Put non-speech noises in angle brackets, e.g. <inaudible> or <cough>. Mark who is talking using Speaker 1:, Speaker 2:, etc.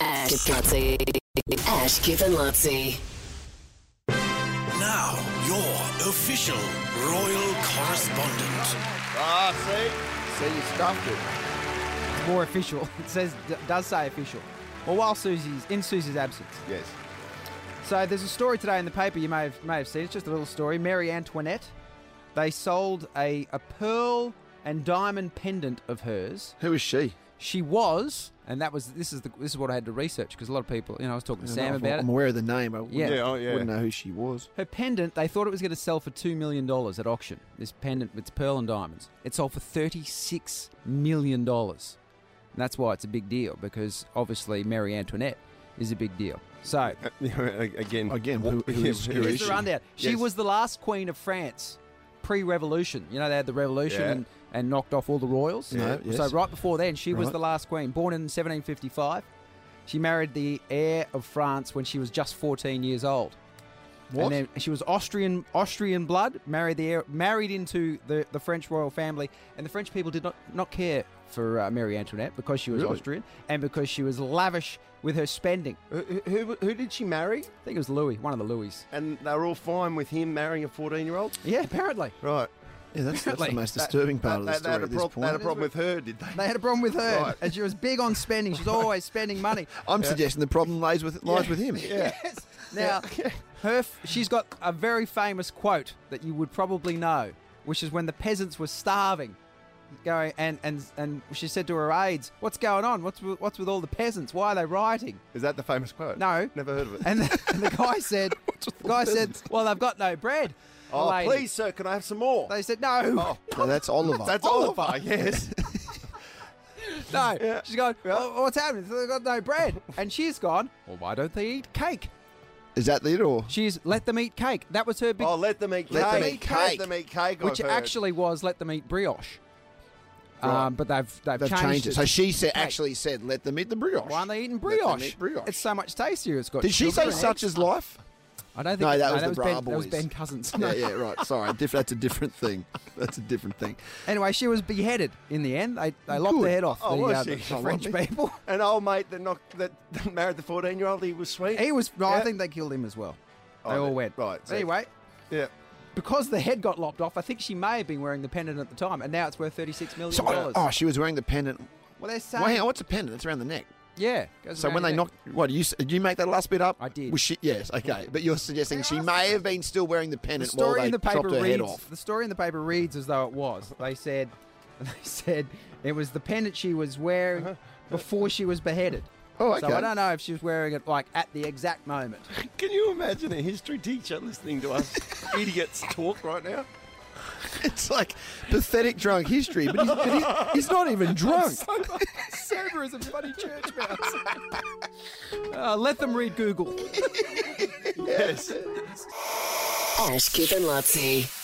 Speaker 1: Ash Givanazzi. Ash Givanazzi.
Speaker 2: Now, your official royal correspondent.
Speaker 3: Ah, see? See, you stuffed it.
Speaker 4: more official. <laughs> It says d- does say official. Well, while Susie's in Susie's absence.
Speaker 3: Yes.
Speaker 4: So there's a story today in the paper you may have may have seen. It's just a little story. Mary Antoinette. They sold a, a pearl and diamond pendant of hers.
Speaker 3: Who is she?
Speaker 4: She was, and that was this is the this is what I had to research because a lot of people, you know, I was talking to Sam
Speaker 5: I'm,
Speaker 4: about
Speaker 5: I'm
Speaker 4: it.
Speaker 5: aware of the name. I wouldn't,
Speaker 4: Yeah.
Speaker 3: Yeah, oh, yeah.
Speaker 5: wouldn't know who she was.
Speaker 4: Her pendant, they thought it was going to sell for two million dollars at auction. This pendant with pearl and diamonds, it sold for thirty-six million dollars. And that's why it's a big deal because obviously Mary Antoinette is a big deal. So
Speaker 3: <laughs> Again.
Speaker 5: Again, who-
Speaker 3: <laughs>
Speaker 5: who is- who
Speaker 4: Here's
Speaker 5: is
Speaker 4: the
Speaker 5: she?
Speaker 4: rundown. She
Speaker 3: Yes.
Speaker 4: was the last queen of France pre-revolution. You know, they had the revolution
Speaker 3: Yeah.
Speaker 4: and, and knocked off all the royals.
Speaker 5: No,
Speaker 4: So
Speaker 5: yes.
Speaker 4: right before then, she was
Speaker 5: Right.
Speaker 4: the last queen. Born in 1755, she married the heir of France when she was just 14 years old.
Speaker 5: What?
Speaker 4: And then she was Austrian Austrian blood, married the heir, married into the, the French royal family, and the French people did not, not care for uh, Marie Antoinette because she was
Speaker 3: Really?
Speaker 4: Austrian and because she was lavish with her spending.
Speaker 3: Who, who, who did she marry?
Speaker 4: I think it was Louis, one of the Louis.
Speaker 3: And they were all fine with him marrying a 14 year old?
Speaker 4: Yeah, apparently.
Speaker 3: Right.
Speaker 5: Yeah, that's, that's
Speaker 4: Like,
Speaker 5: the most
Speaker 3: That-
Speaker 5: disturbing
Speaker 3: that-
Speaker 5: part of the
Speaker 3: They had
Speaker 5: story
Speaker 3: a,
Speaker 5: at this
Speaker 3: prob- they had a
Speaker 5: point.
Speaker 3: problem with her, did they?
Speaker 4: They had a problem with her,
Speaker 3: Right.
Speaker 4: and she was big on spending. She's always spending money. <laughs>
Speaker 5: I'm suggesting the problem lies with lies
Speaker 3: <laughs>
Speaker 5: with him. <laughs>
Speaker 4: Yes. Now, <laughs> her f- she's got a very famous quote that you would probably know, which is when the peasants were starving, going and and and she said to her aides, "What's going on? What's with, what's with all the peasants? Why are they rioting?"
Speaker 3: Is that the famous quote?
Speaker 4: No.
Speaker 3: Never heard of it.
Speaker 4: And the, and the guy <laughs> said, the guy said, "Well, they've got no bread."
Speaker 3: oh,
Speaker 4: lady."
Speaker 3: please, sir, can I have some more?
Speaker 4: They said, "No."
Speaker 5: No, that's Oliver.
Speaker 3: That's Oliver, <laughs> yes.
Speaker 4: <laughs> No, she's gone. "Well, What's happening? They've got no <laughs> bread, and she's gone. Well, why don't they eat cake?
Speaker 5: Is that it or
Speaker 4: She's let them eat cake. That was her big
Speaker 3: oh, let them eat cake.
Speaker 5: Let them eat
Speaker 3: Let
Speaker 5: cake.
Speaker 3: them eat cake,
Speaker 4: which
Speaker 3: I've heard.
Speaker 4: actually was let them eat brioche. Um, but they've they've,
Speaker 5: they've changed, it? So she said,
Speaker 4: Mate,
Speaker 5: actually said, let them eat the brioche.
Speaker 4: why aren't they eating
Speaker 5: Let them
Speaker 4: brioche?
Speaker 5: eat brioche.
Speaker 4: It's so much tastier. It's got.
Speaker 5: Did she
Speaker 4: sugar
Speaker 5: say
Speaker 4: in it.
Speaker 5: such is life?
Speaker 4: I don't think.
Speaker 5: No, that was the
Speaker 4: Ben,
Speaker 5: Bra
Speaker 4: That was
Speaker 5: Boys.
Speaker 4: Ben Cousins. <laughs>
Speaker 5: yeah, yeah, right. Sorry, diff- that's a different thing. That's a different thing.
Speaker 4: Anyway, she was beheaded in the end. They they lopped the
Speaker 5: Good.
Speaker 4: head off
Speaker 3: Oh,
Speaker 4: the,
Speaker 3: was
Speaker 4: uh,
Speaker 3: she?
Speaker 4: the
Speaker 3: Don't
Speaker 4: French
Speaker 3: want me.
Speaker 4: people. <laughs>
Speaker 3: An old mate that knocked that <laughs> married the 14 year old, he was sweet.
Speaker 4: He was. No, I
Speaker 3: Yeah.
Speaker 4: think they killed him as well.
Speaker 3: Oh,
Speaker 4: They all
Speaker 3: they-
Speaker 4: went.
Speaker 3: right, so-
Speaker 4: Anyway,
Speaker 3: Yeah.
Speaker 4: because the head got lopped off, I think she may have been wearing the pendant at the time, and now it's worth thirty-six million
Speaker 5: So,
Speaker 4: dollars.
Speaker 5: oh, she was wearing the pendant.
Speaker 4: well, they're saying.
Speaker 5: Well, hang on, what's a pendant? It's around the neck.
Speaker 4: yeah. goes
Speaker 5: So
Speaker 4: around
Speaker 5: when
Speaker 4: your
Speaker 5: they
Speaker 4: neck.
Speaker 5: knocked, what you s- did you make that last bit up?
Speaker 4: I did.
Speaker 5: Was she? Yes. Okay. But you're suggesting
Speaker 4: They
Speaker 5: she
Speaker 4: asked
Speaker 5: may have been still wearing the
Speaker 4: The
Speaker 5: pendant while
Speaker 4: story
Speaker 5: they
Speaker 4: in the paper
Speaker 5: chopped her
Speaker 4: reads.
Speaker 5: head off. <laughs>
Speaker 4: The story in the paper reads as though it was. They said, <laughs> they said it was the pendant she was wearing before she was beheaded.
Speaker 5: Uh-huh. Oh,
Speaker 4: So
Speaker 5: okay.
Speaker 4: I don't know if she was wearing it like at the exact moment.
Speaker 3: Can you imagine a history teacher listening to us idiots talk right now?
Speaker 5: It's like pathetic drunk history, but he's, but he's, <laughs> he's
Speaker 4: <laughs>
Speaker 5: not even drunk.
Speaker 4: Sober as a bloody church
Speaker 5: <laughs>
Speaker 4: mouse. uh, let them read Google.
Speaker 3: Yes.
Speaker 1: Ash Givanazzi.